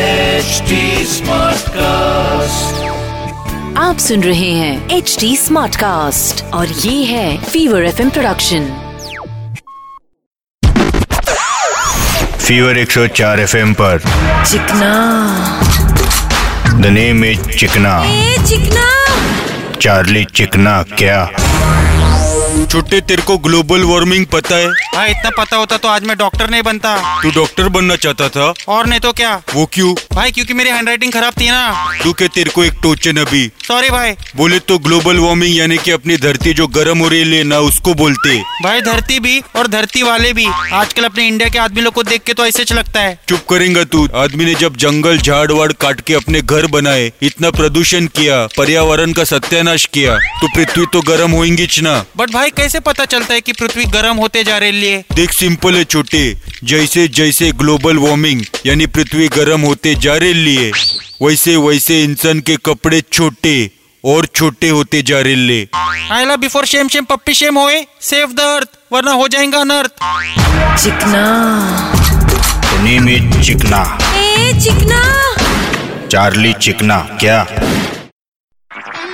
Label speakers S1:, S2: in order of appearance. S1: HD Smartcast.
S2: आप सुन रहे हैं एच डी स्मार्ट कास्ट और ये है fever F production
S3: fever 104 FM पर
S2: चिकना
S3: द नेम इज चिकना
S2: ए चिकना
S3: चार्ली चिकना क्या
S4: छोटे तेरे को ग्लोबल वार्मिंग पता है
S5: भाई इतना पता होता तो आज मैं डॉक्टर नहीं बनता
S4: तू डॉक्टर बनना चाहता था
S5: और नहीं तो क्या
S4: वो क्यों
S5: भाई क्योंकि मेरी हैंडराइटिंग खराब थी ना
S4: तू के तेरे को एक टोचन अभी
S5: सॉरी भाई
S4: बोले तो ग्लोबल वार्मिंग यानी कि अपनी धरती जो गर्म हो रही है ना उसको बोलते
S5: भाई धरती भी और धरती वाले भी आजकल अपने इंडिया के आदमी लोग को देख के तो ऐसे ही लगता है
S4: चुप करेगा तू आदमी ने जब जंगल झाड़ वाड़ काट के अपने घर बनाए इतना प्रदूषण किया पर्यावरण का सत्यानाश किया तो पृथ्वी तो गर्म होएंगीच ना
S5: बट भाई कैसे पता चलता है कि पृथ्वी गर्म होते जा रही लिए
S4: देख सिंपल है छोटे जैसे जैसे ग्लोबल वार्मिंग यानी पृथ्वी गर्म होते जा रही है वैसे वैसे इंसान के कपड़े छोटे और छोटे होते जा रहे हैं।
S5: I love before shame shame puppy shame होए सेव द अर्थ वरना हो जाएगा अनर्थ
S2: चिकना
S3: द नेम इज चिकना
S2: ए चिकना
S3: चार्ली चिकना क्या